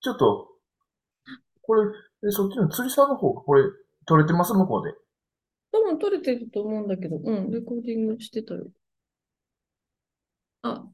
ちょっと、これ、えそっちの釣りさんの方、これ、取れてます向こうで。多分撮れてると思うんだけど、うん、レコーディングしてたよ。あ、